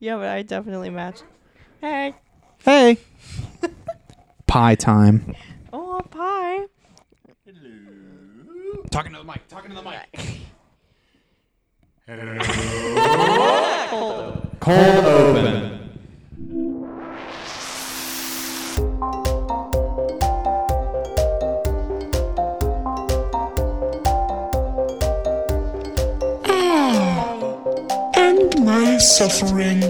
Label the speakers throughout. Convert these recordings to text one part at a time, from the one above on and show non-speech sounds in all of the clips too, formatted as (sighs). Speaker 1: Yeah, but I definitely match. Hey.
Speaker 2: Hey. (laughs) Pie time.
Speaker 1: Oh, pie.
Speaker 2: Talking to the mic. Talking to the mic. Cold open.
Speaker 3: and my suffering.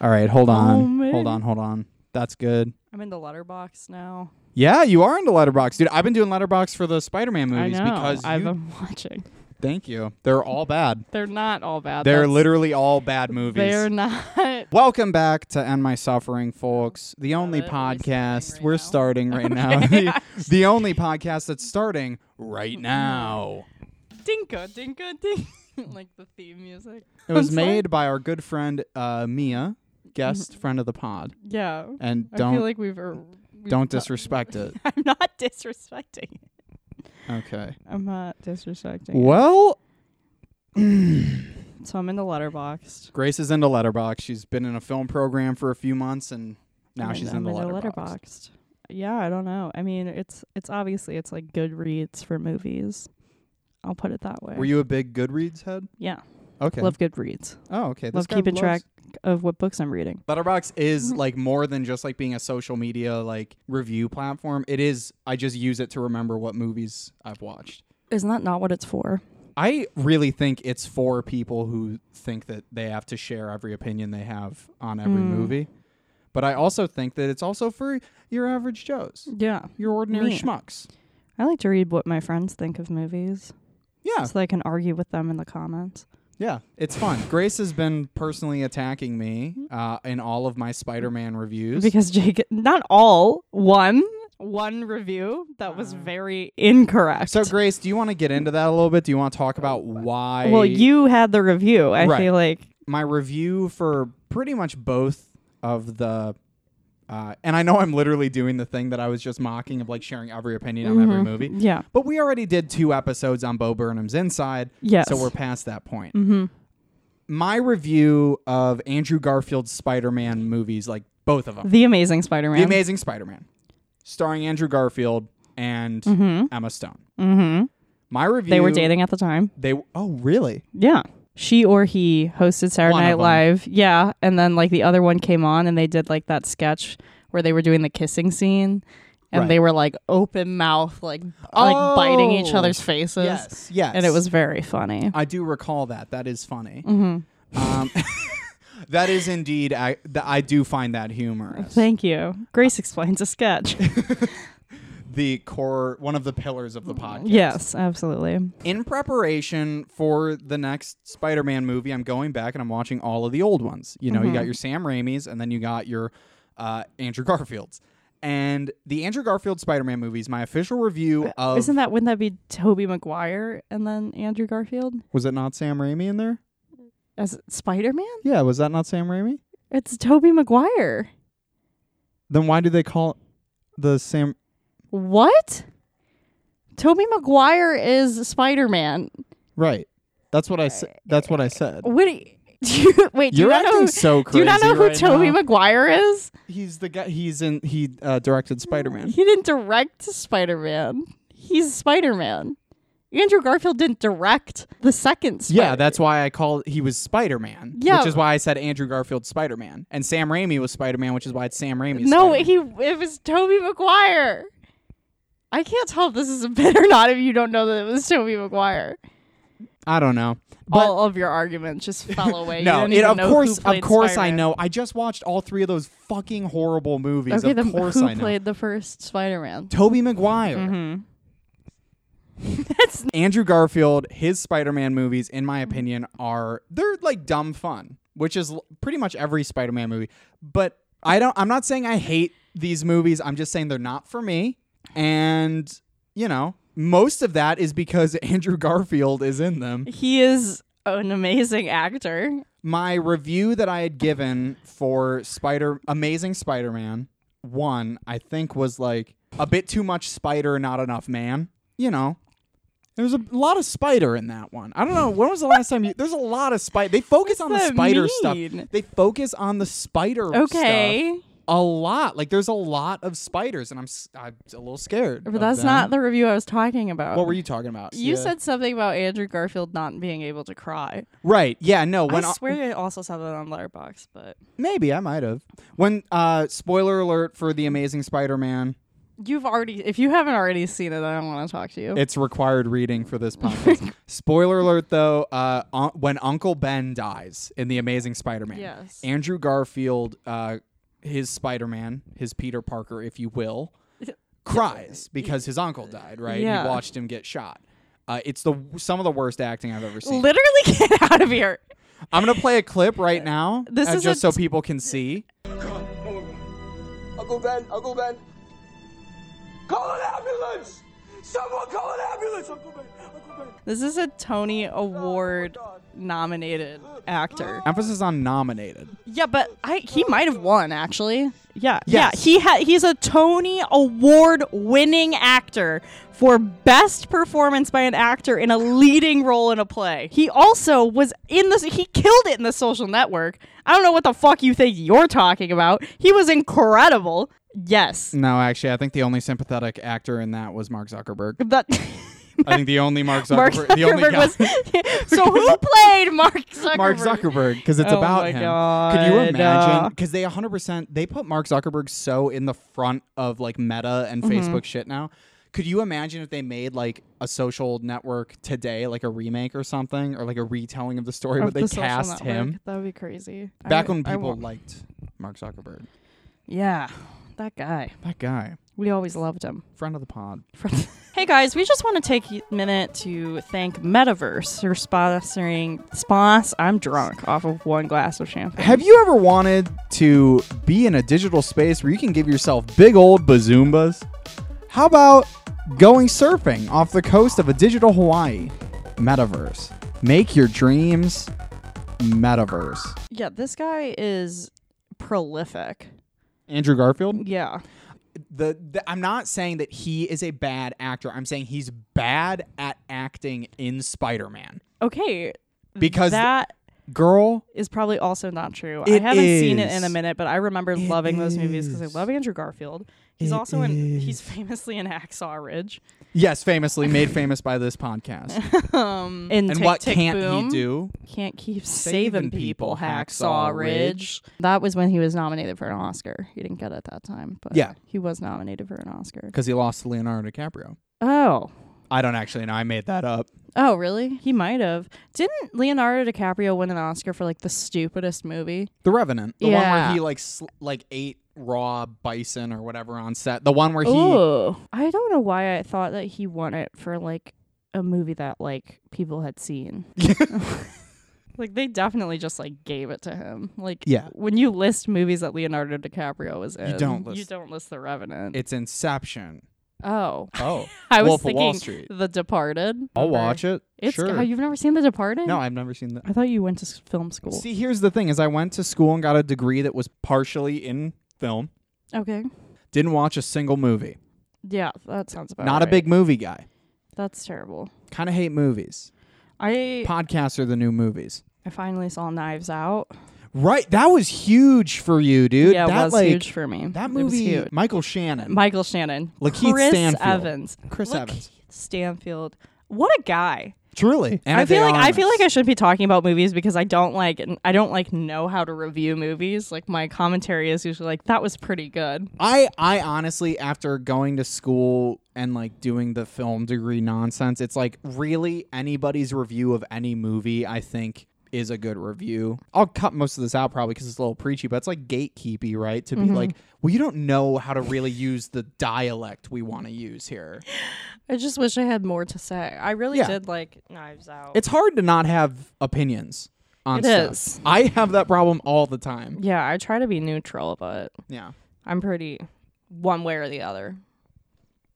Speaker 2: All right, hold on.
Speaker 1: Oh, man.
Speaker 2: hold on, hold on. That's good.
Speaker 1: I'm in the letterbox now.
Speaker 2: Yeah, you are into Letterbox, dude. I've been doing Letterbox for the Spider-Man
Speaker 1: I
Speaker 2: movies
Speaker 1: know.
Speaker 2: because
Speaker 1: I've
Speaker 2: you,
Speaker 1: been (laughs) watching.
Speaker 2: thank you. They're all bad.
Speaker 1: They're not all bad.
Speaker 2: They're
Speaker 1: That's-
Speaker 2: literally all bad movies.
Speaker 1: (laughs) They're not. (laughs)
Speaker 2: Welcome back to End My Suffering, folks. The only
Speaker 1: it. Are we
Speaker 2: podcast
Speaker 1: starting right
Speaker 2: we're
Speaker 1: now? (laughs)
Speaker 2: starting right now. The, (laughs) the only podcast that's starting right now.
Speaker 1: Dinka, dinka, dink. (laughs) like the theme music.
Speaker 2: It was
Speaker 1: I'm sorry.
Speaker 2: made by our good friend uh, Mia, guest friend of the pod,
Speaker 1: Yeah.
Speaker 2: and
Speaker 1: I
Speaker 2: don't
Speaker 1: feel like we've. Er- we've
Speaker 2: don't
Speaker 1: ta-
Speaker 2: disrespect it.
Speaker 1: (laughs) I'm not disrespecting it.
Speaker 2: Okay.
Speaker 1: I'm not disrespecting
Speaker 2: Well,
Speaker 1: it. So I'm in the letterbox.
Speaker 2: (sighs) Grace is into Letterbox. She's been in a film program for a few months, and now
Speaker 1: I'm
Speaker 2: she's
Speaker 1: I'm
Speaker 2: into
Speaker 1: in
Speaker 2: Letterboxd.
Speaker 1: the letterboxed. Yeah, I don't know. I mean, it's it's obviously it's like Goodreads for movies. I'll put it that way.
Speaker 2: Were you a big Goodreads head?
Speaker 1: Yeah.
Speaker 2: Okay.
Speaker 1: Love Goodreads.
Speaker 2: oh, okay. This
Speaker 1: love
Speaker 2: guy
Speaker 1: keeping
Speaker 2: loves-
Speaker 1: track Mm-hmm. of what books I'm reading.
Speaker 2: Letterbox is like more than just like being a social media like review platform. It is I just use it to remember what movies I've watched.
Speaker 1: Isn't that not what it's for?
Speaker 2: I really think it's for people who think that they have to share every opinion they have on every
Speaker 1: Mm.
Speaker 2: movie. But I also think that it's also for your average Joes,
Speaker 1: Yeah.
Speaker 2: your ordinary
Speaker 1: Yeah.
Speaker 2: schmucks.
Speaker 1: I like to read what my friends think of movies
Speaker 2: Yeah,
Speaker 1: so I can argue with them in the comments.
Speaker 2: yeah, it's fun. Grace has been personally attacking me uh, in all of my Spider-Man reviews.
Speaker 1: Because Jake, not all, one, one review that was very incorrect.
Speaker 2: so, Grace, do you want to get into that a little bit? Do you want to talk about why?
Speaker 1: well, you had the review. I
Speaker 2: Right.
Speaker 1: feel like
Speaker 2: my review for pretty much both of the uh, and I know I'm literally doing the thing that I was just mocking of like sharing every opinion on every movie.
Speaker 1: Yeah.
Speaker 2: But we already did two episodes on Bo Burnham's Inside.
Speaker 1: Yes. Mm-hmm.
Speaker 2: So we're past that point. My review of Andrew Garfield's Spider Man movies, like both of them
Speaker 1: The Amazing Spider Man.
Speaker 2: The Amazing Spider Man, starring Andrew Garfield and Emma Stone. Mm-hmm. My review.
Speaker 1: they were dating at the time.
Speaker 2: They, oh, really?
Speaker 1: Yeah. She or he hosted Saturday
Speaker 2: One of
Speaker 1: Night
Speaker 2: them.
Speaker 1: Live. Yeah. And then like the other one came on and they did like that sketch where they were doing the kissing scene and
Speaker 2: Right.
Speaker 1: they were like open mouth, like like biting each
Speaker 2: Oh.
Speaker 1: other's faces.
Speaker 2: Yes. Yes.
Speaker 1: And it was very funny.
Speaker 2: I do recall that. That is funny.
Speaker 1: Mm-hmm.
Speaker 2: Um, (laughs) that is indeed. I th- I do find that humorous.
Speaker 1: Thank you. Grace explains a
Speaker 2: (laughs)
Speaker 1: sketch.
Speaker 2: the core, one of the pillars of the podcast.
Speaker 1: yes, absolutely.
Speaker 2: In preparation for the next Spider-Man movie, I'm going back and I'm watching all of the old ones. You know, you
Speaker 1: Mm-hmm.
Speaker 2: got your Sam Raimi's, and then you got your uh, Andrew Garfield's. And the Andrew Garfield Spider-Man movies, my official review of
Speaker 1: Uh, Isn't that wouldn't that be Toby Maguire and then Andrew Garfield
Speaker 2: was it not Sam Raimi in there?
Speaker 1: as Spider Man?
Speaker 2: Yeah, was that not Sam Raimi?
Speaker 1: It's Toby Maguire.
Speaker 2: Then why do they call the Sam?
Speaker 1: What? Toby Maguire is Spider Man.
Speaker 2: Right. That's what I said. That's what I said.
Speaker 1: Wait, (laughs) do you, wait, do
Speaker 2: You're
Speaker 1: you not
Speaker 2: acting
Speaker 1: know?
Speaker 2: so
Speaker 1: do you not
Speaker 2: crazy
Speaker 1: know who
Speaker 2: right
Speaker 1: Toby
Speaker 2: now.
Speaker 1: Maguire is?
Speaker 2: He's the guy. He's in. He uh, directed Spider Man.
Speaker 1: He didn't direct Spider Man. He's Spider Man. Andrew Garfield didn't direct the second. Spider-
Speaker 2: Yeah, that's why I called. He was Spider Man.
Speaker 1: Yeah.
Speaker 2: Which is why I said Andrew Garfield Spider Man, and Sam Raimi was Spider Man, which is why it's Sam Raimi.
Speaker 1: no. He it was Toby Maguire. I can't tell if this is a bit or not if you don't know that it was Toby Maguire.
Speaker 2: I don't know. But
Speaker 1: All of your arguments just
Speaker 2: (laughs)
Speaker 1: fell away. Oh, You
Speaker 2: no,
Speaker 1: don't
Speaker 2: it,
Speaker 1: even
Speaker 2: of
Speaker 1: know who
Speaker 2: course, of
Speaker 1: played
Speaker 2: course, I
Speaker 1: Spider-Man.
Speaker 2: know. I just watched all three of those fucking horrible movies.
Speaker 1: Okay,
Speaker 2: of
Speaker 1: then
Speaker 2: course,
Speaker 1: who
Speaker 2: I know.
Speaker 1: played the first Spider-Man?
Speaker 2: Toby Maguire.
Speaker 1: That's
Speaker 2: Andrew Garfield, his Spider-Man movies, in my opinion, are they're like dumb fun, which is l- pretty much every Spider-Man movie. But I don't. I'm not saying I hate these movies. I'm just saying they're not for me. And you know, most of that is because (laughs) Andrew Garfield is in them.
Speaker 1: he is an amazing actor.
Speaker 2: My review that I had given for Spider Amazing Spider-Man one, I think, was like a bit too much spider, not enough man. You know, there's a lot of spider in that one. I don't know. When was the last time you? There's a lot of spider. They focus on the
Speaker 1: that
Speaker 2: spider
Speaker 1: mean?
Speaker 2: stuff. They focus on the spider
Speaker 1: Okay.
Speaker 2: stuff a lot. Like there's a lot of spiders, and I'm s- I'm a little scared.
Speaker 1: But
Speaker 2: of
Speaker 1: that's
Speaker 2: them.
Speaker 1: not the review I was talking about.
Speaker 2: What were you talking about?
Speaker 1: You
Speaker 2: Yeah.
Speaker 1: said something about Andrew Garfield not being able to cry.
Speaker 2: right. Yeah. No. When
Speaker 1: I swear I also saw that on Letterbox, but
Speaker 2: maybe I might have. When uh, spoiler alert for the Amazing Spider-Man.
Speaker 1: you've already if you haven't already seen it, I don't want to talk to you.
Speaker 2: It's required reading for
Speaker 1: (laughs)
Speaker 2: this podcast. Spoiler alert, though, uh, un- when Uncle Ben dies in The Amazing Spider Man,
Speaker 1: Yes.
Speaker 2: Andrew Garfield, uh, his Spider Man, his Peter Parker, if
Speaker 1: (laughs)
Speaker 2: you will, cries because his uncle died, right?
Speaker 1: Yeah.
Speaker 2: He watched him get shot. Uh, it's the some of the worst acting I've ever seen.
Speaker 1: Literally (laughs) get out of here.
Speaker 2: I'm gonna play a
Speaker 1: (laughs)
Speaker 2: clip right now,
Speaker 1: This
Speaker 2: uh,
Speaker 1: is
Speaker 2: just
Speaker 1: a-
Speaker 2: so people can see.
Speaker 4: Uncle Ben, Uncle Ben. Call an ambulance! Someone call an ambulance, Uncle Ben, Uncle Ben.
Speaker 1: This is a Tony Award nominated actor.
Speaker 2: Emphasis on nominated.
Speaker 1: Yeah, but I he might have won actually. Yeah. Yeah,
Speaker 2: Yes.
Speaker 1: he ha- he's a Tony Award winning actor for best performance by an actor in a leading role in a play. He also was in this he killed it in the social network. I don't know what the fuck you think you're talking about. He was incredible. Yes.
Speaker 2: No, actually, I think the only sympathetic actor in that was Mark Zuckerberg.
Speaker 1: (laughs) That
Speaker 2: I think the only Mark Zuckerberg,
Speaker 1: Mark
Speaker 2: the only
Speaker 1: Zuckerberg
Speaker 2: guy-
Speaker 1: was So who played Mark Zuckerberg?
Speaker 2: (laughs) Mark Zuckerberg because it's
Speaker 1: Oh
Speaker 2: about
Speaker 1: my
Speaker 2: him.
Speaker 1: God.
Speaker 2: Could you
Speaker 1: Uh,
Speaker 2: imagine? Because they 100 percent they put Mark Zuckerberg so in the front of like Meta and
Speaker 1: Mm-hmm.
Speaker 2: Facebook shit now. Could you imagine if they made like a social network today, like a remake or something, or like a retelling of the story,
Speaker 1: Of
Speaker 2: but they
Speaker 1: the Social
Speaker 2: cast
Speaker 1: Network.
Speaker 2: him
Speaker 1: That would be crazy. I-
Speaker 2: back when
Speaker 1: I
Speaker 2: people
Speaker 1: won't-
Speaker 2: liked Mark Zuckerberg?
Speaker 1: Yeah, that guy.
Speaker 2: That guy,
Speaker 1: We always loved him.
Speaker 2: friend of the pod.
Speaker 1: (laughs) hey guys, we just want to take a minute to thank Metaverse for sponsoring. Spons. I'm drunk off of one glass of champagne.
Speaker 2: Have you ever wanted to be in a digital space where you can give yourself big old bazoombas? How about going surfing off the coast of a digital Hawaii? Metaverse. Make your dreams metaverse.
Speaker 1: Yeah, this guy is prolific.
Speaker 2: Andrew Garfield?
Speaker 1: Yeah.
Speaker 2: The, the I'm not saying that he is a bad actor. I'm saying he's bad at acting in Spider-Man.
Speaker 1: Okay.
Speaker 2: Because
Speaker 1: Mm, that
Speaker 2: girl,
Speaker 1: is probably also not true. I
Speaker 2: It
Speaker 1: haven't seen it in a
Speaker 2: is.
Speaker 1: minute, but I remember loving those movies because I
Speaker 2: is.
Speaker 1: love Andrew Garfield. He's
Speaker 2: It
Speaker 1: also in. He's (laughs)
Speaker 2: is.
Speaker 1: famously in Hacksaw Ridge.
Speaker 2: yes, famously made famous by this podcast.
Speaker 1: (laughs) Um, in
Speaker 2: and
Speaker 1: Tick,
Speaker 2: what
Speaker 1: Tick,
Speaker 2: can't
Speaker 1: Boom.
Speaker 2: he do?
Speaker 1: Can't keep saving,
Speaker 2: Saving
Speaker 1: people,
Speaker 2: people,
Speaker 1: Hacksaw
Speaker 2: Hacksaw
Speaker 1: Ridge.
Speaker 2: Ridge.
Speaker 1: That was when he was nominated for an Oscar. He didn't get it that time, but
Speaker 2: Yeah.
Speaker 1: he was nominated for an Oscar.
Speaker 2: Because he lost to Leonardo DiCaprio.
Speaker 1: Oh.
Speaker 2: I don't actually know. I made that up.
Speaker 1: Oh, really? He might have. Didn't Leonardo DiCaprio win an Oscar for like the stupidest movie?
Speaker 2: The Revenant, the one
Speaker 1: Yeah.
Speaker 2: where he like sl- like ate raw bison or whatever on set. The one where he
Speaker 1: Ooh. I don't know why I thought that he won it for like a movie that like people had seen. like they definitely just like gave it to him. Like
Speaker 2: (laughs) Yeah.
Speaker 1: when you list movies that Leonardo DiCaprio was in,
Speaker 2: don't
Speaker 1: you
Speaker 2: list-
Speaker 1: don't list The Revenant.
Speaker 2: it's Inception.
Speaker 1: oh. (laughs)
Speaker 2: Oh,
Speaker 1: I was
Speaker 2: Wolf of
Speaker 1: thinking
Speaker 2: Wall Street.
Speaker 1: The Departed.
Speaker 2: I'll watch it.
Speaker 1: It's
Speaker 2: sure.
Speaker 1: oh, you've never seen The Departed?
Speaker 2: no, I've never seen that.
Speaker 1: I thought you went to s- film school.
Speaker 2: See, here's the thing: is I went to school and got a degree that was partially in film.
Speaker 1: okay.
Speaker 2: Didn't watch a single movie.
Speaker 1: Yeah, that sounds about
Speaker 2: Not a
Speaker 1: right.
Speaker 2: big movie guy.
Speaker 1: That's terrible.
Speaker 2: Kind of hate movies.
Speaker 1: I
Speaker 2: Podcasts are the new movies.
Speaker 1: I finally saw Knives Out.
Speaker 2: Right, that was huge for you, dude.
Speaker 1: yeah,
Speaker 2: that
Speaker 1: it was
Speaker 2: like
Speaker 1: huge for me.
Speaker 2: that
Speaker 1: It was
Speaker 2: movie.
Speaker 1: huge.
Speaker 2: Michael Shannon.
Speaker 1: Michael Shannon.
Speaker 2: Lakeith
Speaker 1: Chris
Speaker 2: Stanfield.
Speaker 1: Evans.
Speaker 2: Chris
Speaker 1: Lakeith
Speaker 2: Evans.
Speaker 1: Stanfield. What a guy.
Speaker 2: Truly, Ana
Speaker 1: I feel
Speaker 2: de
Speaker 1: like I feel
Speaker 2: Armas.
Speaker 1: like I should be talking about movies because I don't like I don't like know how to review movies. Like my commentary is usually like that was pretty good.
Speaker 2: I I honestly after going to school and like doing the film degree nonsense, it's like really anybody's review of any movie I think is a good review. I'll cut most of this out probably because it's a little preachy, but it's like gatekeepy, right? To be
Speaker 1: Mm-hmm.
Speaker 2: like, well, you don't know how to really use the dialect we want to use here.
Speaker 1: I just wish I had more to say. I really
Speaker 2: Yeah.
Speaker 1: did like Knives Out.
Speaker 2: It's hard to not have opinions on
Speaker 1: It
Speaker 2: stuff.
Speaker 1: is.
Speaker 2: I have that problem all the time.
Speaker 1: yeah, I try to be neutral, but
Speaker 2: Yeah.
Speaker 1: I'm pretty one way or the other.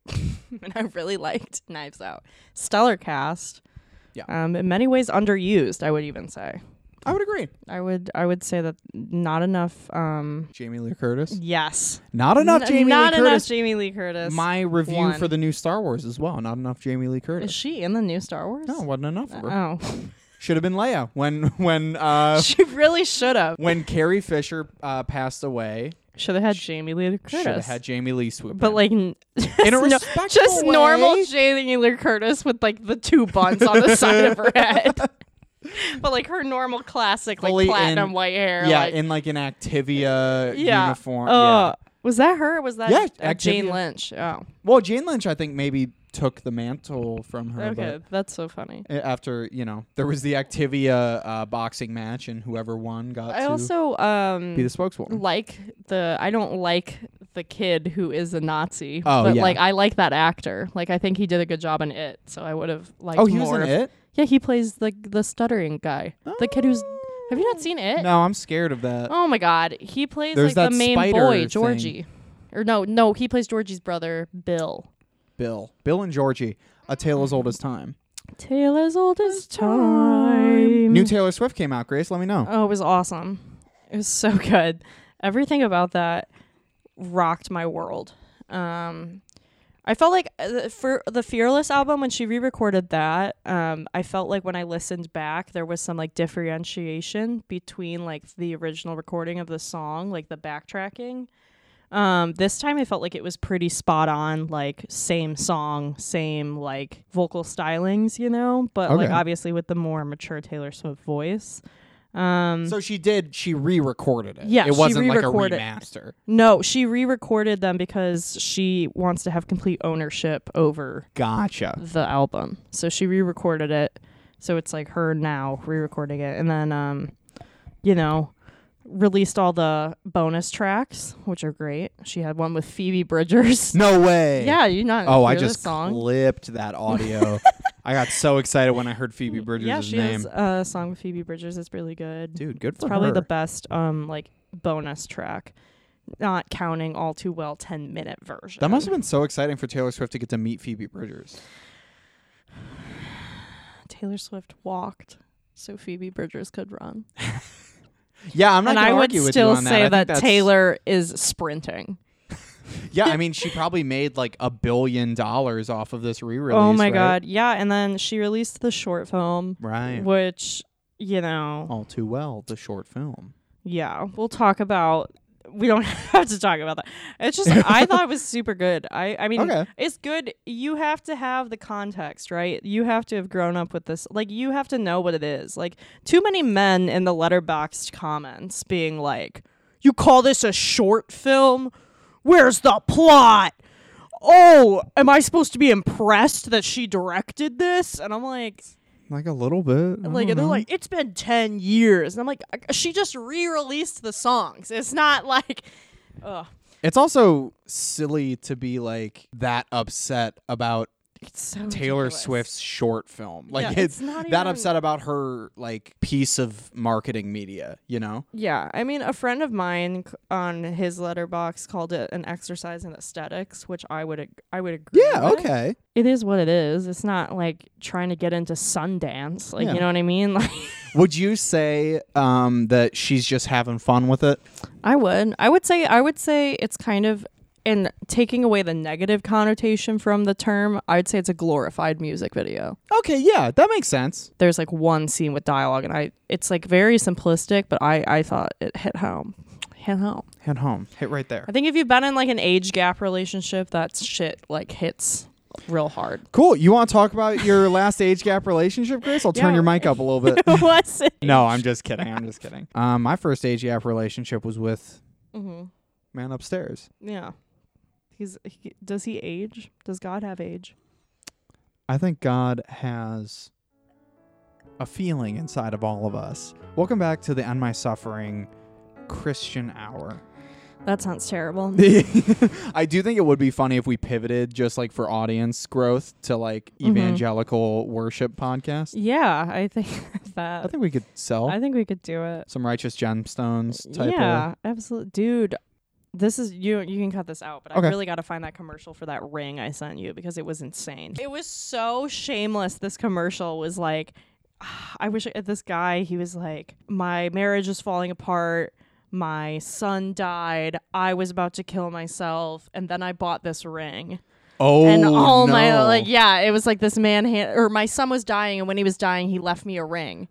Speaker 1: (laughs) and I really liked Knives Out. Stellar cast.
Speaker 2: Yeah.
Speaker 1: Um, in many ways underused, I would even say.
Speaker 2: I would agree.
Speaker 1: I would I would say that not enough. Um,
Speaker 2: Jamie Lee Curtis.
Speaker 1: yes,
Speaker 2: Not enough
Speaker 1: N-
Speaker 2: Jamie
Speaker 1: not
Speaker 2: Lee
Speaker 1: enough
Speaker 2: Curtis.
Speaker 1: Jamie Lee Curtis.
Speaker 2: My review
Speaker 1: One.
Speaker 2: for the new Star Wars as well. Not enough Jamie Lee
Speaker 1: is
Speaker 2: Curtis.
Speaker 1: she in the new Star Wars?
Speaker 2: No, wasn't enough. Of her.
Speaker 1: Oh,
Speaker 2: (laughs) Should have been Leia when when uh
Speaker 1: she really should have.
Speaker 2: when Carrie Fisher uh, passed away.
Speaker 1: Should have had Jamie Lee Curtis.
Speaker 2: Should have had Jamie Lee swoop.
Speaker 1: but
Speaker 2: in.
Speaker 1: like n- (laughs) just,
Speaker 2: a
Speaker 1: no-
Speaker 2: respectful
Speaker 1: just normal
Speaker 2: way.
Speaker 1: Jamie Lee Curtis with like the two buns on the side of her
Speaker 2: (laughs)
Speaker 1: head. (laughs) But like her normal classic, like
Speaker 2: Fully in-
Speaker 1: platinum white hair.
Speaker 2: yeah,
Speaker 1: like,
Speaker 2: in like an Activia
Speaker 1: yeah.
Speaker 2: uniform.
Speaker 1: Uh,
Speaker 2: yeah.
Speaker 1: Was that her? or Was that
Speaker 2: Yeah,
Speaker 1: uh, Jane
Speaker 2: Activia.
Speaker 1: Lynch? Oh,
Speaker 2: Well, Jane Lynch, I think maybe took the mantle from her.
Speaker 1: okay, that's so funny.
Speaker 2: But a- after you know, there was the Activia uh, boxing match, and whoever won got
Speaker 1: I
Speaker 2: to
Speaker 1: also
Speaker 2: be
Speaker 1: um
Speaker 2: the spokeswoman.
Speaker 1: like the I don't like the kid who is a Nazi.
Speaker 2: Oh,
Speaker 1: but
Speaker 2: yeah.
Speaker 1: like I like that actor. Like I think he did a good job in it, so I would have liked
Speaker 2: Oh, he was
Speaker 1: more.
Speaker 2: in
Speaker 1: if-
Speaker 2: it.
Speaker 1: Yeah, he plays like the stuttering guy. The kid who's Have you not seen it?
Speaker 2: No, I'm scared of that.
Speaker 1: Oh my god. He plays
Speaker 2: There's
Speaker 1: like the
Speaker 2: that
Speaker 1: main
Speaker 2: spider
Speaker 1: boy,
Speaker 2: thing.
Speaker 1: Georgie. Or no, no, he plays Georgie's brother, Bill.
Speaker 2: Bill, Bill and Georgie, A Tale as Old as Time.
Speaker 1: Tale as old as time.
Speaker 2: New Taylor Swift came out. Grace, let me know.
Speaker 1: Oh, it was awesome. It was so (laughs) good. Everything about that rocked my world. Um, I felt like uh, the- for the Fearless album when she re-recorded that, um, I felt like when I listened back, there was some like differentiation between like the original recording of the song, like the backtracking. Um, this time I felt like it was pretty spot on, like same song, same like vocal stylings, you know, but like
Speaker 2: Okay.
Speaker 1: obviously with the more mature Taylor Swift voice. Um,
Speaker 2: So she did. She re-recorded it.
Speaker 1: Yeah,
Speaker 2: it
Speaker 1: she
Speaker 2: wasn't like a
Speaker 1: re-recorded-
Speaker 2: remaster.
Speaker 1: no, she re-recorded them because she wants to have complete ownership over
Speaker 2: Gotcha.
Speaker 1: the album. So she re-recorded it. So it's like her now re-recording it, and then um, you know, released all the bonus tracks, which are great. She had one with Phoebe
Speaker 2: (laughs)
Speaker 1: Bridgers.
Speaker 2: No way.
Speaker 1: Yeah, you not.
Speaker 2: Oh, I
Speaker 1: hear this
Speaker 2: just
Speaker 1: song.
Speaker 2: clipped
Speaker 1: (laughs)
Speaker 2: that audio. I got so excited when I heard Phoebe Bridgers'
Speaker 1: yeah, she
Speaker 2: name.
Speaker 1: has a song with Phoebe Bridgers. It's really good.
Speaker 2: Dude, good
Speaker 1: it's
Speaker 2: for
Speaker 1: probably
Speaker 2: her.
Speaker 1: the best um like bonus track, not counting all too well ten minute version.
Speaker 2: That must have been so exciting for Taylor Swift to get to meet Phoebe Bridgers.
Speaker 1: Taylor Swift walked so Phoebe Bridgers could run.
Speaker 2: Yeah, I'm not
Speaker 1: and
Speaker 2: gonna
Speaker 1: I would
Speaker 2: argue with you
Speaker 1: still
Speaker 2: on
Speaker 1: say
Speaker 2: that. I think
Speaker 1: that
Speaker 2: that's-
Speaker 1: Taylor is sprinting.
Speaker 2: Yeah, I mean, she probably made like a billion dollars off of this re-release.
Speaker 1: oh my
Speaker 2: right?
Speaker 1: god. Yeah, and then she released the short film
Speaker 2: Right.
Speaker 1: which you know,
Speaker 2: All too well, the short film.
Speaker 1: yeah, we'll talk about we don't (laughs) have to talk about that. It's just I thought it was super good. I I mean
Speaker 2: Okay.
Speaker 1: it's good. You have to have the context, right? You have to have grown up with this. Like you have to know what it is. Like too many men in the letterboxed comments being like, "You call this a short film? Where's the plot?" Oh, am I supposed to be impressed that she directed this? And I'm like,
Speaker 2: Like a little bit. I
Speaker 1: like
Speaker 2: don't
Speaker 1: and they're
Speaker 2: know.
Speaker 1: like it's been 10 years and i'm like "I- she just re-released the songs it's not like (laughs)
Speaker 2: It's also silly to be like that upset about
Speaker 1: it's so
Speaker 2: Taylor
Speaker 1: ridiculous.
Speaker 2: Swift's short film. Like
Speaker 1: Yeah,
Speaker 2: it's,
Speaker 1: it's not
Speaker 2: that
Speaker 1: even-
Speaker 2: upset about her like piece of marketing media, you know?
Speaker 1: yeah i mean a friend of mine c- on his letterbox called it an exercise in aesthetics which i would ag- i would agree with.
Speaker 2: okay.
Speaker 1: it is what it is it's not like trying to get into sundance like
Speaker 2: Yeah.
Speaker 1: you know what i mean (laughs) like
Speaker 2: Would you say um that she's just having fun with it?
Speaker 1: I would. I would say I would say it's kind of and taking away the negative connotation from the term, I'd say it's a glorified music video.
Speaker 2: Okay, yeah, that makes sense.
Speaker 1: There's like one scene with dialogue and I it's like very simplistic, but I I thought it hit home. Hit home.
Speaker 2: Hit home. Hit right there.
Speaker 1: I think if you've been in like an age gap relationship, that shit like hits real hard.
Speaker 2: Cool. You want to talk about your last age gap relationship, Grace? I'll turn
Speaker 1: Yeah.
Speaker 2: your mic up a little
Speaker 1: (laughs)
Speaker 2: bit.
Speaker 1: What's it?
Speaker 2: Uh, no, I'm just kidding. I'm just kidding. (laughs) Um, my first age gap relationship was with
Speaker 1: Mhm.
Speaker 2: man upstairs.
Speaker 1: Yeah. He's he, does he age? Does God have age?
Speaker 2: I think God has a feeling inside of all of us. Welcome back to the End My Suffering Christian Hour.
Speaker 1: That sounds
Speaker 2: (laughs)
Speaker 1: terrible.
Speaker 2: I do think it would be funny if we pivoted just like for audience growth to like evangelical worship podcast.
Speaker 1: yeah, I think (laughs) that
Speaker 2: I think we could sell
Speaker 1: I think we could do it.
Speaker 2: some righteous gemstones type
Speaker 1: yeah,
Speaker 2: of
Speaker 1: absolutely, dude. This is you. You can cut this out, but
Speaker 2: Okay.
Speaker 1: I really got to find that commercial for that ring I sent you because it was insane. It was so shameless. This commercial was like, (sighs) I wish I, this guy, he was like, my marriage is falling apart. My son died. I was about to kill myself. And then I bought this ring.
Speaker 2: Oh,
Speaker 1: and all my,
Speaker 2: no.
Speaker 1: like, yeah, it was like this man, hand, or my son was dying. And when he was dying, he left me a ring.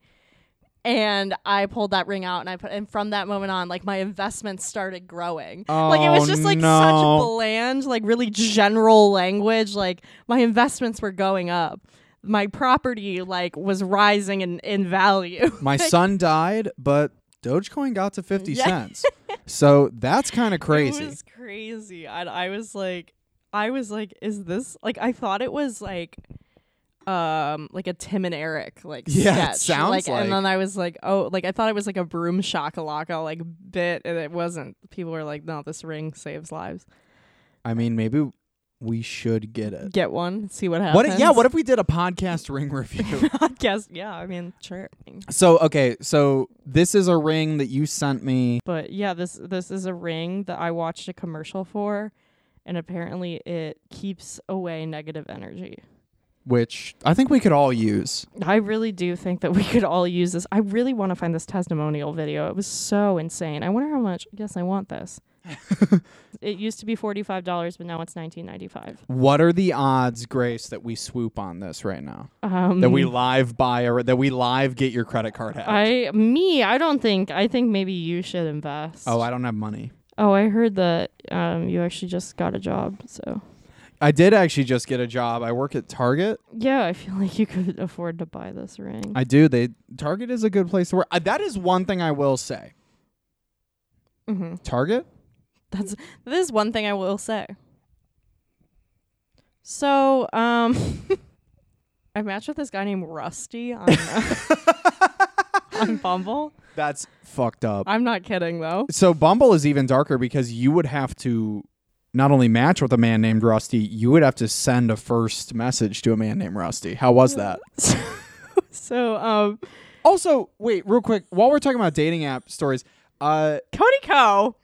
Speaker 1: And I pulled that ring out and I put, and from that moment on, like my investments started growing. like it
Speaker 2: Oh,
Speaker 1: was just like
Speaker 2: no.
Speaker 1: such bland, like really general language. Like my investments were going up. My property like was rising in, in value. (laughs)
Speaker 2: My son died, but Dogecoin got to 50
Speaker 1: Yeah.
Speaker 2: cents. So that's kind of
Speaker 1: (laughs)
Speaker 2: crazy.
Speaker 1: It was crazy. And I was like, I was like, is this like? I thought it was like, um, like a Tim and Eric like
Speaker 2: Yeah, it
Speaker 1: sketch.
Speaker 2: sounds like-
Speaker 1: And then I was like, oh, like I thought it was like a broom shakalaka like bit, and it wasn't. People were like, no, this ring saves lives.
Speaker 2: I mean, maybe we should get it.
Speaker 1: Get one, see what happens.
Speaker 2: What? i- Yeah. What if we did a podcast ring
Speaker 1: (laughs)
Speaker 2: review? (laughs)
Speaker 1: podcast? Yeah, I mean, sure.
Speaker 2: so okay. So this is a ring that you sent me.
Speaker 1: But yeah, this this is a ring that I watched a commercial for. And apparently, it keeps away negative energy.
Speaker 2: which I think we could all use.
Speaker 1: I really do think that we could all use this. I really want to find this testimonial video. It was so insane. I wonder how much. Yes, I want
Speaker 2: (laughs)
Speaker 1: this. it used to be forty-five dollars, but now it's nineteen ninety-five.
Speaker 2: What are the odds, Grace, that we swoop on this right now?
Speaker 1: Um,
Speaker 2: That we live buy or that we live get your credit card hacked?
Speaker 1: I me, I don't think. I think maybe you should invest.
Speaker 2: oh, I don't have money.
Speaker 1: oh, I heard that um, you actually just got a job. So
Speaker 2: I did actually just get a job. I work at Target.
Speaker 1: yeah, I feel like you could afford to buy this ring.
Speaker 2: I do. They Target is a good place to work. Uh, that is one thing I will say.
Speaker 1: hmm
Speaker 2: Target.
Speaker 1: That's this is one thing I will say. So, um (laughs) I matched with this guy named Rusty on uh,
Speaker 2: (laughs)
Speaker 1: on Bumble.
Speaker 2: That's fucked up.
Speaker 1: I'm not kidding though.
Speaker 2: so Bumble is even darker because you would have to not only match with a man named Rusty, you would have to send a first message to a man named Rusty. How was that?
Speaker 1: So, so um
Speaker 2: Also, wait, real quick, while we're talking about dating app stories, uh
Speaker 1: Cody Co.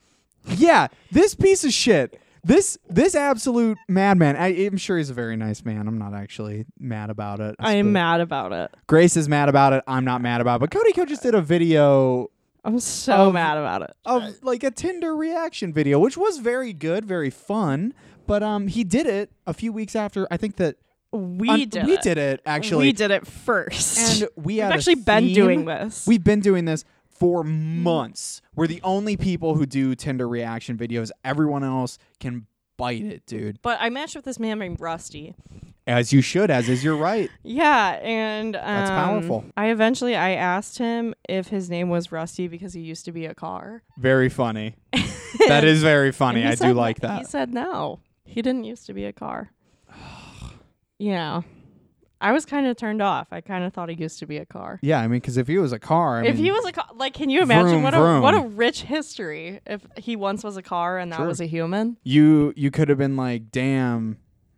Speaker 2: yeah, this piece of shit. This this absolute madman. I, I'm sure he's a very nice man. I'm not actually mad about it.
Speaker 1: I am
Speaker 2: But
Speaker 1: mad about it.
Speaker 2: Grace is mad about it. I'm not mad about it. But Cody Co just did a video
Speaker 1: I'm so
Speaker 2: Of-
Speaker 1: mad about it.
Speaker 2: of like a Tinder reaction video, which was very good, very fun. But um, he did it a few weeks after. I think that
Speaker 1: We
Speaker 2: un-
Speaker 1: did
Speaker 2: we
Speaker 1: it.
Speaker 2: did it actually.
Speaker 1: We did it first.
Speaker 2: and we
Speaker 1: We've
Speaker 2: had a
Speaker 1: actually been
Speaker 2: theme.
Speaker 1: doing this.
Speaker 2: We've been doing this for months. We're the only people who do Tinder reaction videos. Everyone else can bite it, dude.
Speaker 1: but I matched with this man named Rusty.
Speaker 2: As you should, as is your right.
Speaker 1: Yeah, and um,
Speaker 2: That's powerful.
Speaker 1: I eventually I asked him if his name was Rusty because he used to be a car. (laughs)
Speaker 2: Very funny. that is very funny.
Speaker 1: And he
Speaker 2: I
Speaker 1: said-
Speaker 2: do like
Speaker 1: He
Speaker 2: that.
Speaker 1: said no, he didn't used to be a car. (sighs) yeah, I was kind of turned off. I kind of thought he used to be a car.
Speaker 2: Yeah, I mean, because if he was a car, I
Speaker 1: if
Speaker 2: mean,
Speaker 1: he was a car, like, can you imagine
Speaker 2: Vroom,
Speaker 1: what a what a
Speaker 2: vroom.
Speaker 1: rich history if he once was a car and now
Speaker 2: Sure.
Speaker 1: was a human?
Speaker 2: you you could have been like, "Damn,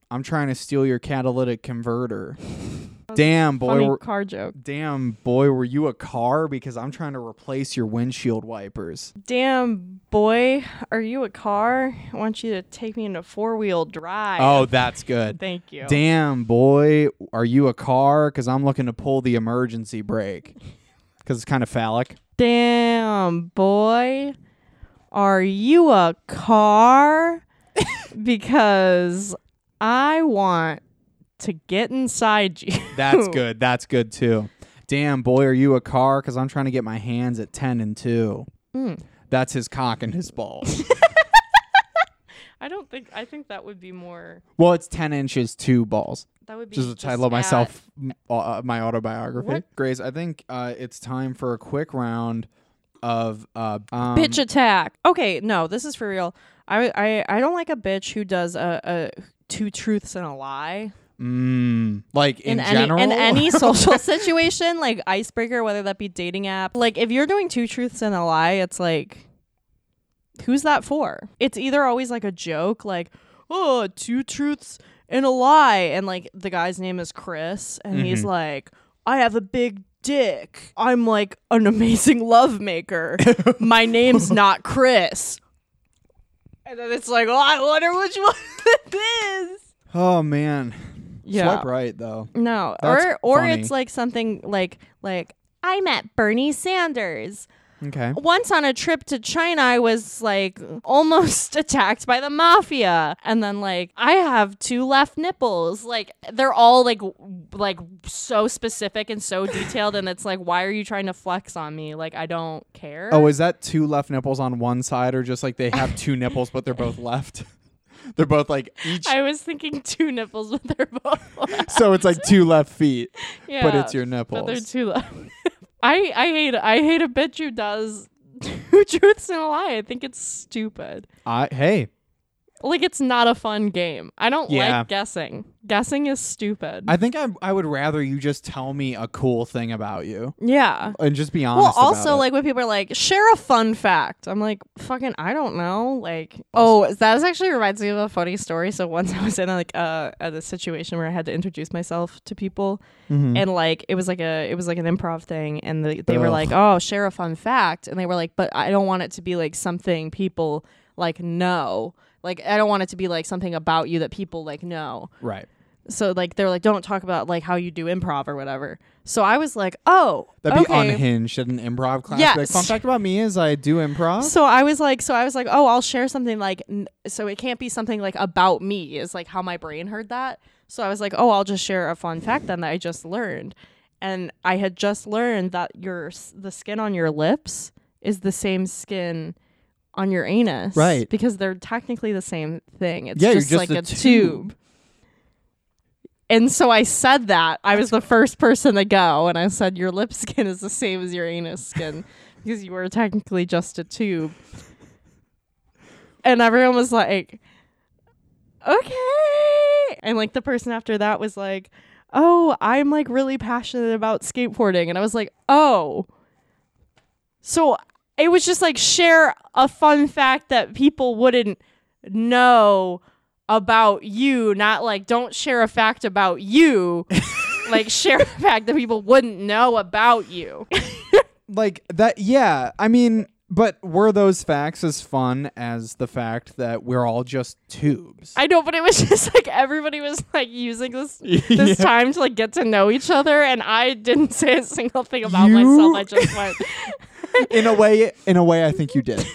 Speaker 2: I'm trying to steal your
Speaker 1: (laughs)
Speaker 2: catalytic converter." damn boy,
Speaker 1: Funny
Speaker 2: were,
Speaker 1: car joke.
Speaker 2: damn boy, were you a car? Because I'm trying to replace your windshield wipers.
Speaker 1: Damn boy, are you a car? I want you to take me into four wheel drive.
Speaker 2: Oh, that's good.
Speaker 1: thank you.
Speaker 2: Damn, boy, are you a car? Because I'm looking to pull the
Speaker 1: (laughs)
Speaker 2: emergency brake. Because it's kind of phallic.
Speaker 1: Damn, boy. Are you a
Speaker 2: (laughs)
Speaker 1: car? because I want to get inside you.
Speaker 2: That's good. That's good too. Damn, boy, are you a car? Because I'm trying to get my hands at 10 and 2.
Speaker 1: Hmm.
Speaker 2: That's his cock and his balls.
Speaker 1: (laughs)
Speaker 2: (laughs)
Speaker 1: I don't think I think that would be more
Speaker 2: well, it's 10 inches, two balls.
Speaker 1: that would be
Speaker 2: Just the title of
Speaker 1: at-
Speaker 2: myself, m- uh, my autobiography.
Speaker 1: What?
Speaker 2: Grace, I think uh, it's time for a quick round of. Uh, um,
Speaker 1: bitch attack. Okay, no, this is for real. I I, I don't like a bitch who does a, a two truths and a lie.
Speaker 2: mm, like in,
Speaker 1: any
Speaker 2: general?
Speaker 1: in
Speaker 2: (laughs)
Speaker 1: any social situation, like icebreaker, whether that be dating app. Like if you're doing two truths and a lie, it's like who's that for? It's either always like a joke, like, oh, two truths and a lie. And like the guy's name is Chris, and he's
Speaker 2: Mm-hmm.
Speaker 1: like, I have a big dick. I'm like an amazing lovemaker.
Speaker 2: (laughs)
Speaker 1: My name's not Chris. And then it's like, oh, I wonder which one it is.
Speaker 2: oh, man.
Speaker 1: Yeah.
Speaker 2: Swipe right though.
Speaker 1: No,
Speaker 2: That's
Speaker 1: or or
Speaker 2: funny.
Speaker 1: it's like something like like I met Bernie Sanders.
Speaker 2: Okay.
Speaker 1: Once on a trip to China, I was like almost (laughs) attacked by the mafia, and then like I have two left nipples. Like they're all like w- like so specific and so detailed, and it's like, why are you trying to flex on me? Like I don't care.
Speaker 2: Oh, is that two left nipples on one side, or just like they have two nipples but they're both left? (laughs) they're both like each.
Speaker 1: I was thinking two nipples, but they're both. (laughs) left.
Speaker 2: (laughs) so it's like two left feet,
Speaker 1: yeah,
Speaker 2: but it's your nipples.
Speaker 1: But they're too low. (laughs) I I hate I hate a bitch who does (laughs) who truths and a lie. I think it's stupid.
Speaker 2: I hey,
Speaker 1: Like it's not a fun game. I don't
Speaker 2: Yeah.
Speaker 1: like guessing. Guessing is stupid.
Speaker 2: I think I I would rather you just tell me a cool thing about you
Speaker 1: yeah.
Speaker 2: and just be honest.
Speaker 1: Well,
Speaker 2: about
Speaker 1: also
Speaker 2: it.
Speaker 1: like when people are like, share a fun fact. I'm like, fucking, I don't know. Like, oh, that actually reminds me of a funny story. So once (laughs) I was in like uh, a the situation where I had to introduce myself to people, and like it was like a it was like an improv thing, and the, they were
Speaker 2: Ugh.
Speaker 1: like, oh, share a fun fact, and they were like, but I don't want it to be like something people like know. Like I don't want it to be like something about you that people like know
Speaker 2: right.
Speaker 1: so like they're like don't talk about like how you do improv or whatever so i was like oh
Speaker 2: That'd be
Speaker 1: okay.
Speaker 2: unhinged at an improv class.
Speaker 1: Yes.
Speaker 2: Like, fun fact about me is I do improv.
Speaker 1: so i was like so i was like oh i'll share something like n- so it can't be something like about me is like how my brain heard that so i was like oh i'll just share a fun fact then that i just learned and i had just learned that your s- the skin on your lips is the same skin on your anus
Speaker 2: Right.
Speaker 1: because they're technically the same thing it's
Speaker 2: Yeah, you're
Speaker 1: just,
Speaker 2: just
Speaker 1: like
Speaker 2: a
Speaker 1: a, tube. And so I said that. I was the first person to go, and I said, Your lip skin is the same as your anus skin (laughs) because you were technically just a tube. And everyone was like, Okay. And like the person after that was like, Oh, I'm like really passionate about skateboarding. And I was like, Oh. So it was just like share a fun fact that people wouldn't know about you, not like don't share a fact about
Speaker 2: (laughs)
Speaker 1: you. like share a fact that people wouldn't know about you.
Speaker 2: like that yeah i mean but were those facts as fun as the fact that we're all just tubes
Speaker 1: I know, but it was (laughs) just like everybody was like using this this
Speaker 2: (laughs) Yeah.
Speaker 1: time to like get to know each other, and I didn't (laughs) say a single thing about
Speaker 2: You-
Speaker 1: myself. I just went, (laughs)
Speaker 2: in a way in a way i think you did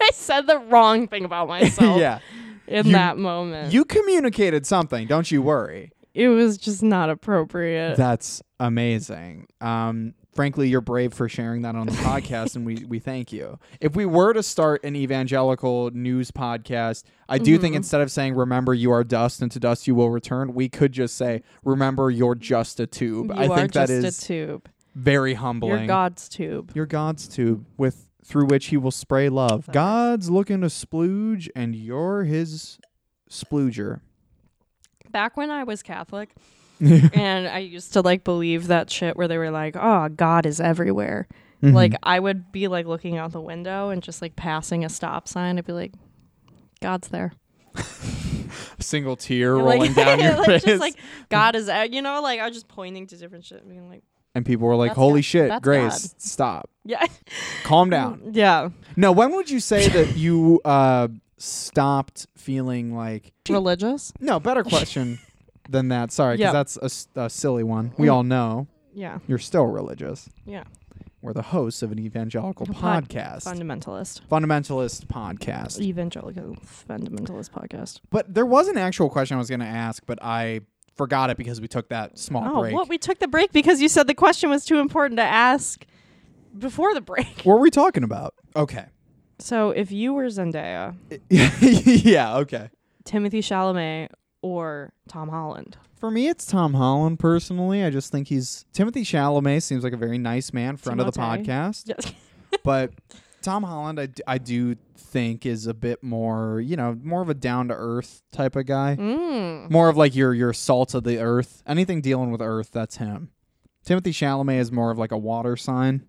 Speaker 1: I said the wrong thing about
Speaker 2: (laughs)
Speaker 1: myself
Speaker 2: yeah
Speaker 1: in
Speaker 2: You-
Speaker 1: that moment.
Speaker 2: you communicated something don't you worry
Speaker 1: it was just not appropriate.
Speaker 2: that's amazing um frankly you're brave for sharing that on the podcast and we we thank you if we were to start an evangelical news podcast i do
Speaker 1: Mm-hmm.
Speaker 2: think instead of saying remember you are dust and to dust you will return we could just say remember you're just a tube
Speaker 1: you
Speaker 2: i
Speaker 1: are
Speaker 2: think
Speaker 1: just
Speaker 2: that is
Speaker 1: a tube.
Speaker 2: very humbling
Speaker 1: You're God's tube.
Speaker 2: your God's tube with through which he will spray love. God's looking to splooge, and you're his splooger.
Speaker 1: back when I was
Speaker 2: (laughs)
Speaker 1: Catholic, and I used to like believe that shit where they were like, "Oh, God is everywhere."
Speaker 2: Mm-hmm.
Speaker 1: Like I would be like looking out the window and just like passing a stop sign. I'd be like, "God's there."
Speaker 2: Single tear
Speaker 1: And,
Speaker 2: rolling
Speaker 1: (laughs) like,
Speaker 2: down your
Speaker 1: like,
Speaker 2: face.
Speaker 1: Just like God is, e-" you know, like I was just pointing to different shit, and being like,
Speaker 2: and people were like,
Speaker 1: That's
Speaker 2: "Holy
Speaker 1: God.
Speaker 2: shit,
Speaker 1: That's Mm.
Speaker 2: Grace,
Speaker 1: God."
Speaker 2: stop,
Speaker 1: "Yeah, (laughs)
Speaker 2: calm down."
Speaker 1: yeah."
Speaker 2: No, when would you say that you uh, stopped feeling like?
Speaker 1: Religious?
Speaker 2: No, (laughs) better question than that. Sorry,
Speaker 1: Yeah.
Speaker 2: because
Speaker 1: Mm.
Speaker 2: that's a s- a, silly one. We all know
Speaker 1: Yeah,
Speaker 2: you're still religious.
Speaker 1: yeah.
Speaker 2: We're the hosts of an evangelical
Speaker 1: pod-
Speaker 2: podcast,
Speaker 1: Fundamentalist,
Speaker 2: fundamentalist podcast.
Speaker 1: evangelical fundamentalist podcast.
Speaker 2: But there was an actual question I was going to ask, but I forgot it because we took that small
Speaker 1: Oh,
Speaker 2: break.
Speaker 1: what? We took the break because you said the question was too important to ask before the break. (laughs)
Speaker 2: what were we talking about? Okay. (laughs)
Speaker 1: So if you were Zendaya,
Speaker 2: yeah, okay.
Speaker 1: Timothy Chalamet or Tom Holland.
Speaker 2: For me, it's Tom Holland personally. I just think he's Timothy Chalamet seems like a very nice man, friend of the
Speaker 1: Timothée.
Speaker 2: podcast.
Speaker 1: (laughs)
Speaker 2: But Tom Holland, I, d- I do think is a bit more, you know, more of a down to earth type of guy.
Speaker 1: Mm.
Speaker 2: More of like your your salt of the earth. Anything dealing with earth, that's him. Timothy Chalamet is more of like a water sign.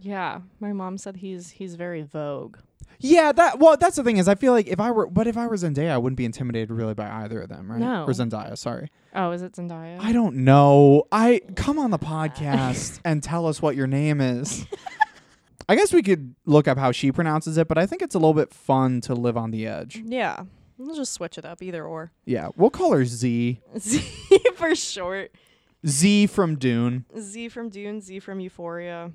Speaker 1: Yeah, my mom said he's he's very Vogue.
Speaker 2: Yeah, that well, that's the thing is, I feel like if I were, but if I were Zendaya, I wouldn't be intimidated really by either of them, right?
Speaker 1: No.
Speaker 2: or Zendaya, sorry.
Speaker 1: Oh, is it Zendaya?
Speaker 2: I don't know. I come on the podcast and tell us what your name is. I guess we could look up how she pronounces it, but I think it's a little bit fun to live on the edge.
Speaker 1: yeah, We'll just switch it up, either or.
Speaker 2: Yeah, we'll call her Z.
Speaker 1: (laughs) Z for short.
Speaker 2: Z from Dune. (laughs)
Speaker 1: Z from Dune, Z from Euphoria.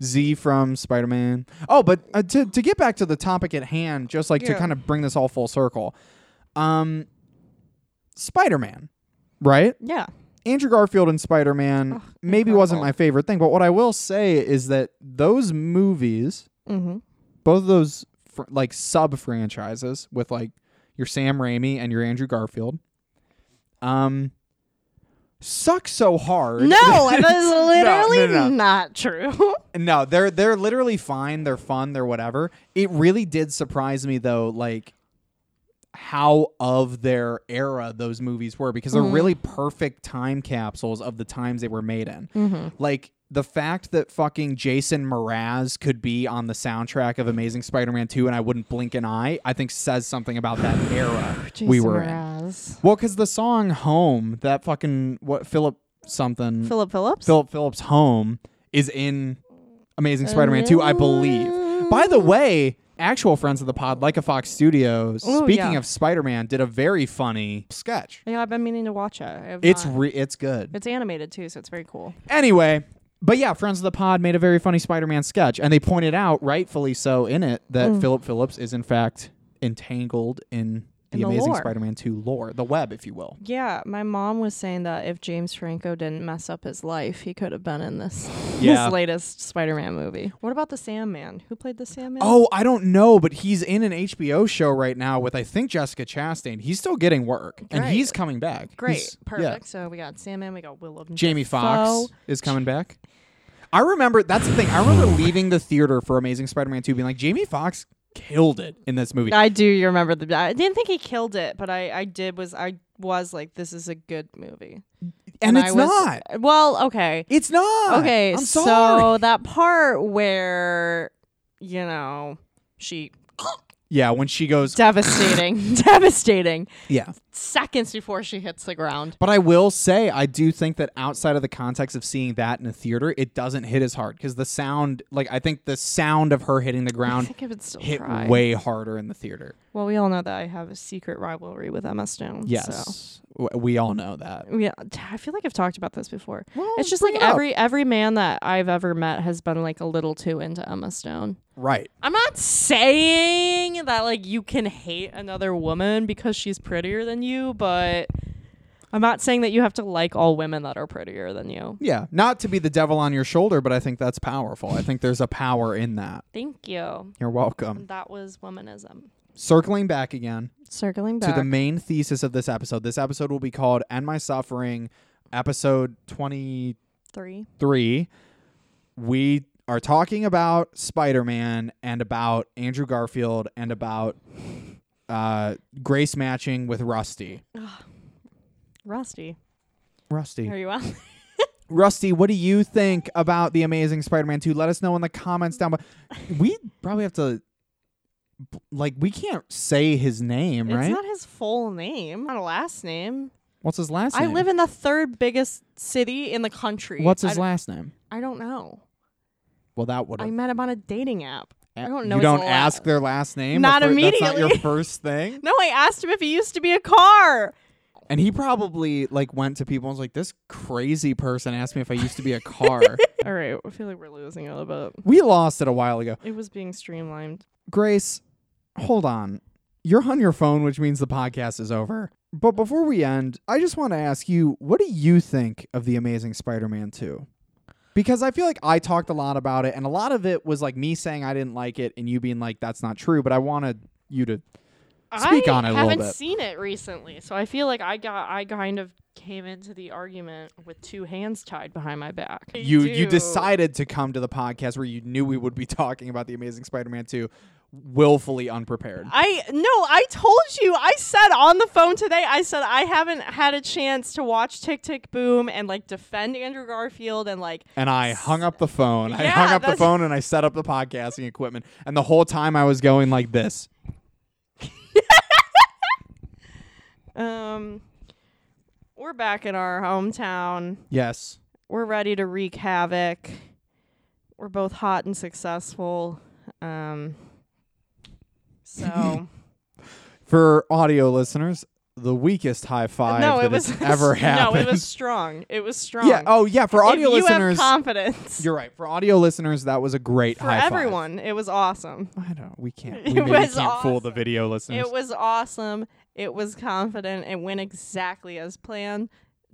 Speaker 2: Z from Spider Man. Oh, but uh, to to get back to the topic at hand, just like to
Speaker 1: Yeah.
Speaker 2: kind of bring this all full circle, um, Spider Man, right?
Speaker 1: Yeah.
Speaker 2: Andrew Garfield and Spider Man maybe wasn't my favorite thing, but what I will say is that those movies,
Speaker 1: Mm-hmm.
Speaker 2: both of those fr- like sub franchises with like your Sam Raimi and your Andrew Garfield, um, suck so
Speaker 1: (laughs)
Speaker 2: hard.
Speaker 1: No,
Speaker 2: (laughs)
Speaker 1: that is literally
Speaker 2: no, no.
Speaker 1: not (laughs) true.
Speaker 2: No, they're they're literally fine. They're fun. They're whatever. It really did surprise me though, like how of their era those movies were because they're really perfect time capsules of the times they were made in. Like the fact that fucking Jason Mraz could be on the soundtrack of Amazing Spider-Man 2 and I wouldn't blink an eye, I think says something about that era we were in. Well, cuz the song Home, that fucking what Philip something
Speaker 1: Philip Phillips?
Speaker 2: Philip Phillips' home is in Amazing Spider-Man 2, I believe. By the way, actual friends of the pod, like a Fox Studios,
Speaker 1: Ooh,
Speaker 2: speaking
Speaker 1: yeah.
Speaker 2: of Spider-Man, did a very funny sketch.
Speaker 1: yeah, I've been meaning to watch it. I have
Speaker 2: It's
Speaker 1: not.
Speaker 2: re- it's good.
Speaker 1: it's animated too, so it's very cool.
Speaker 2: Anyway, but yeah, friends of the pod made a very funny Spider-Man sketch, and they pointed out, rightfully so, in it that
Speaker 1: Mm.
Speaker 2: Philip Phillips is in fact entangled in the,
Speaker 1: In the
Speaker 2: Amazing
Speaker 1: lore.
Speaker 2: Spider-Man 2 lore, the web, if you will.
Speaker 1: Yeah, my mom was saying that if James Franco didn't mess up his life, he could have been in this (laughs)
Speaker 2: Yeah.
Speaker 1: this latest Spider-Man movie. What about the Sandman? Who played the Sandman?
Speaker 2: Oh, I don't know, but he's in an HBO show right now with I think Jessica Chastain. He's still getting work, and
Speaker 1: Great.
Speaker 2: he's coming back.
Speaker 1: great,
Speaker 2: He's- yeah.
Speaker 1: perfect. So we got Sandman, we got Willem.
Speaker 2: Jamie
Speaker 1: Dafoe.
Speaker 2: Foxx is coming back. I remember that's the thing. I
Speaker 1: (sighs)
Speaker 2: remember leaving the theater for Amazing Spider-Man 2 being like Jamie Foxx killed it in this movie.
Speaker 1: I do you remember the? I didn't think he killed it, but I I did was I was like this is a good movie,
Speaker 2: and
Speaker 1: I
Speaker 2: it's
Speaker 1: was-
Speaker 2: not.
Speaker 1: Well, okay,
Speaker 2: It's not.
Speaker 1: okay.
Speaker 2: I'm sorry.
Speaker 1: so that part where you know she
Speaker 2: Yeah, when she goes
Speaker 1: devastating, (laughs) devastating
Speaker 2: Yeah.
Speaker 1: seconds before she hits the ground.
Speaker 2: But I will say, I do think that outside of the context of seeing that in a theater, it doesn't hit as hard because the sound, like, I think the sound of her hitting the
Speaker 1: I
Speaker 2: ground
Speaker 1: think I would still
Speaker 2: hit
Speaker 1: cry.
Speaker 2: way harder in the theater.
Speaker 1: Well, we all know that I have a secret rivalry with Emma Stone. So.
Speaker 2: Yes, W- we all know that.
Speaker 1: Yeah, t- I feel like I've talked about this before.
Speaker 2: Well,
Speaker 1: it's just
Speaker 2: bring
Speaker 1: like
Speaker 2: it up.
Speaker 1: every every man that I've ever met has been like a little too into Emma Stone.
Speaker 2: Right.
Speaker 1: I'm not saying that like you can hate another woman because she's prettier than you, but I'm not saying that you have to like all women that are prettier than you.
Speaker 2: Yeah. Not to be the devil on your shoulder, but I think that's powerful. I think there's a power in that.
Speaker 1: Thank you.
Speaker 2: You're welcome.
Speaker 1: That was womanism.
Speaker 2: Circling back again
Speaker 1: Circling
Speaker 2: to
Speaker 1: back.
Speaker 2: the main thesis of this episode. This episode will be called End My Suffering, episode 20-
Speaker 1: three.
Speaker 2: three, we are talking about Spider Man and about Andrew Garfield and about uh, Grace matching with Rusty.
Speaker 1: Rusty. Are
Speaker 2: Rusty.
Speaker 1: you out?
Speaker 2: Rusty, what do you think about The Amazing Spider Man 2? Let us know in the comments down below. We probably have to. Like we can't say his name,
Speaker 1: (laughs)
Speaker 2: right?
Speaker 1: It's not his full name, not a last name.
Speaker 2: What's his last
Speaker 1: I
Speaker 2: name?
Speaker 1: live in the third biggest city in the country.
Speaker 2: What's
Speaker 1: I
Speaker 2: his
Speaker 1: d-
Speaker 2: last name?
Speaker 1: I don't know.
Speaker 2: Well, that would.
Speaker 1: I met him on a dating app. I don't know.
Speaker 2: You
Speaker 1: his
Speaker 2: don't
Speaker 1: la-
Speaker 2: ask their last name.
Speaker 1: Not
Speaker 2: before- That's not your
Speaker 1: immediately. (laughs)
Speaker 2: first thing.
Speaker 1: No, I asked him if he used to be a
Speaker 2: (laughs)
Speaker 1: car.
Speaker 2: And he probably like went to people and was like, "This crazy person asked me if I used to be
Speaker 1: (laughs)
Speaker 2: a car."
Speaker 1: All right, I feel like we're losing a little bit.
Speaker 2: we lost it a while ago.
Speaker 1: It was being streamlined.
Speaker 2: Grace, hold on. You're on your phone, which means the podcast is over. But before we end, I just want to ask you, what do you think of the Amazing Spider-Man 2? Because I feel like I talked a lot about it, and a lot of it was like me saying I didn't like it, and you being like, "That's not true." But I wanted you to Speak
Speaker 1: I
Speaker 2: on it a little
Speaker 1: haven't
Speaker 2: bit.
Speaker 1: seen it recently, so I feel like I got I kind of came into the argument with two hands tied behind my back.
Speaker 2: you you
Speaker 1: Dude.
Speaker 2: decided to come to the podcast where you knew we would be (laughs) talking about the Amazing Spider-Man 2 willfully unprepared.
Speaker 1: I no, I told you. I said on the phone today. I said I haven't had a chance to watch Tick Tick Boom and like defend Andrew Garfield and like
Speaker 2: and I hung up the phone. I
Speaker 1: Yeah,
Speaker 2: hung up the
Speaker 1: that's-
Speaker 2: phone and I set up the podcasting equipment. And the whole time I was going like this.
Speaker 1: um we're back in our hometown.
Speaker 2: Yes.
Speaker 1: We're ready to wreak havoc. We're both hot
Speaker 2: (laughs)
Speaker 1: and successful. Um so
Speaker 2: For audio listeners, the weakest high five
Speaker 1: no,
Speaker 2: that
Speaker 1: it was (laughs)
Speaker 2: has ever happened.
Speaker 1: No, it was strong. It was strong.
Speaker 2: Yeah. Oh, yeah. For audio
Speaker 1: if you
Speaker 2: listeners,
Speaker 1: have confidence.
Speaker 2: you're right. For audio listeners, that was a great
Speaker 1: For
Speaker 2: high five.
Speaker 1: everyone, it was awesome.
Speaker 2: I don't. We can't.
Speaker 1: (laughs) It
Speaker 2: We maybe
Speaker 1: was
Speaker 2: can't fool the
Speaker 1: awesome.
Speaker 2: video listeners.
Speaker 1: It was awesome. It was confident. It went exactly as planned.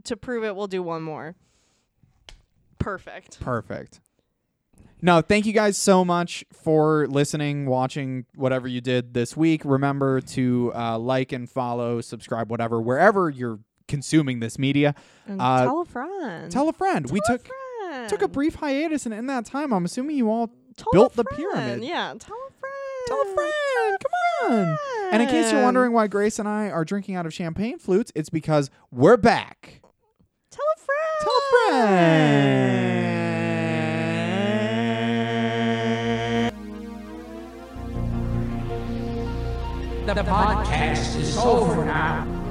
Speaker 1: To prove it, we'll do one more. Perfect.
Speaker 2: Perfect. No, thank you guys so much for listening, watching, whatever you did this week. Remember to uh, like and follow, subscribe, whatever, wherever you're consuming this media.
Speaker 1: And
Speaker 2: Uh,
Speaker 1: tell a friend.
Speaker 2: Tell a friend. we took
Speaker 1: Mm. friend.
Speaker 2: took a brief hiatus, and in that time, I'm assuming you all
Speaker 1: Tell a
Speaker 2: built the
Speaker 1: friend.
Speaker 2: pyramid.
Speaker 1: Yeah. Tell a friend.
Speaker 2: Tell a friend. Come on. And in case you're
Speaker 1: friend.
Speaker 2: wondering why Grace and I are drinking out of champagne flutes, it's because we're back.
Speaker 1: Tell a friend.
Speaker 2: Tell a friend.
Speaker 5: The podcast is over now.